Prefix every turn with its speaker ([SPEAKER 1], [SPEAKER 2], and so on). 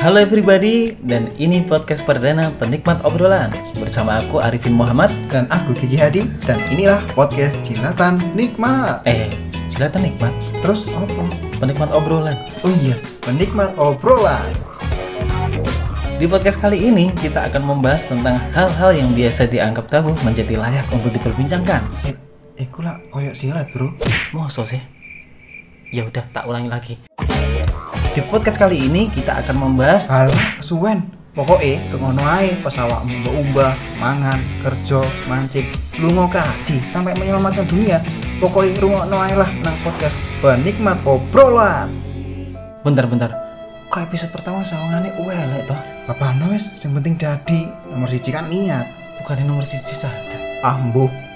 [SPEAKER 1] Halo everybody, dan ini podcast perdana penikmat obrolan Bersama aku Arifin Muhammad
[SPEAKER 2] Dan aku Kiki Hadi Dan inilah podcast Cilatan Nikmat
[SPEAKER 1] Eh, silakan nikmat,
[SPEAKER 2] Terus apa?
[SPEAKER 1] penikmat obrolan
[SPEAKER 2] Oh iya, penikmat obrolan
[SPEAKER 1] Di podcast kali ini, kita akan membahas tentang hal-hal yang biasa dianggap tabu menjadi layak untuk diperbincangkan
[SPEAKER 2] Sip, iku lah eh, koyok silat bro
[SPEAKER 1] Mosok sih? Ya udah, tak ulangi lagi Di podcast kali ini, kita akan membahas
[SPEAKER 2] Salah kesuwen Pokoknya kengono ae pas awakmu mbok umbah, mangan, kerja, mancing, lunga kaji sampai menyelamatkan dunia. Pokoknya rungokno ae lah nang podcast penikmat obrolan.
[SPEAKER 1] Bentar-bentar, kok episode pertama sawangannya uelek toh?
[SPEAKER 2] Apa wis sing penting jadi nomor siji kan niat.
[SPEAKER 1] Bukannya nomor sisi sadar
[SPEAKER 2] Ah mbuh,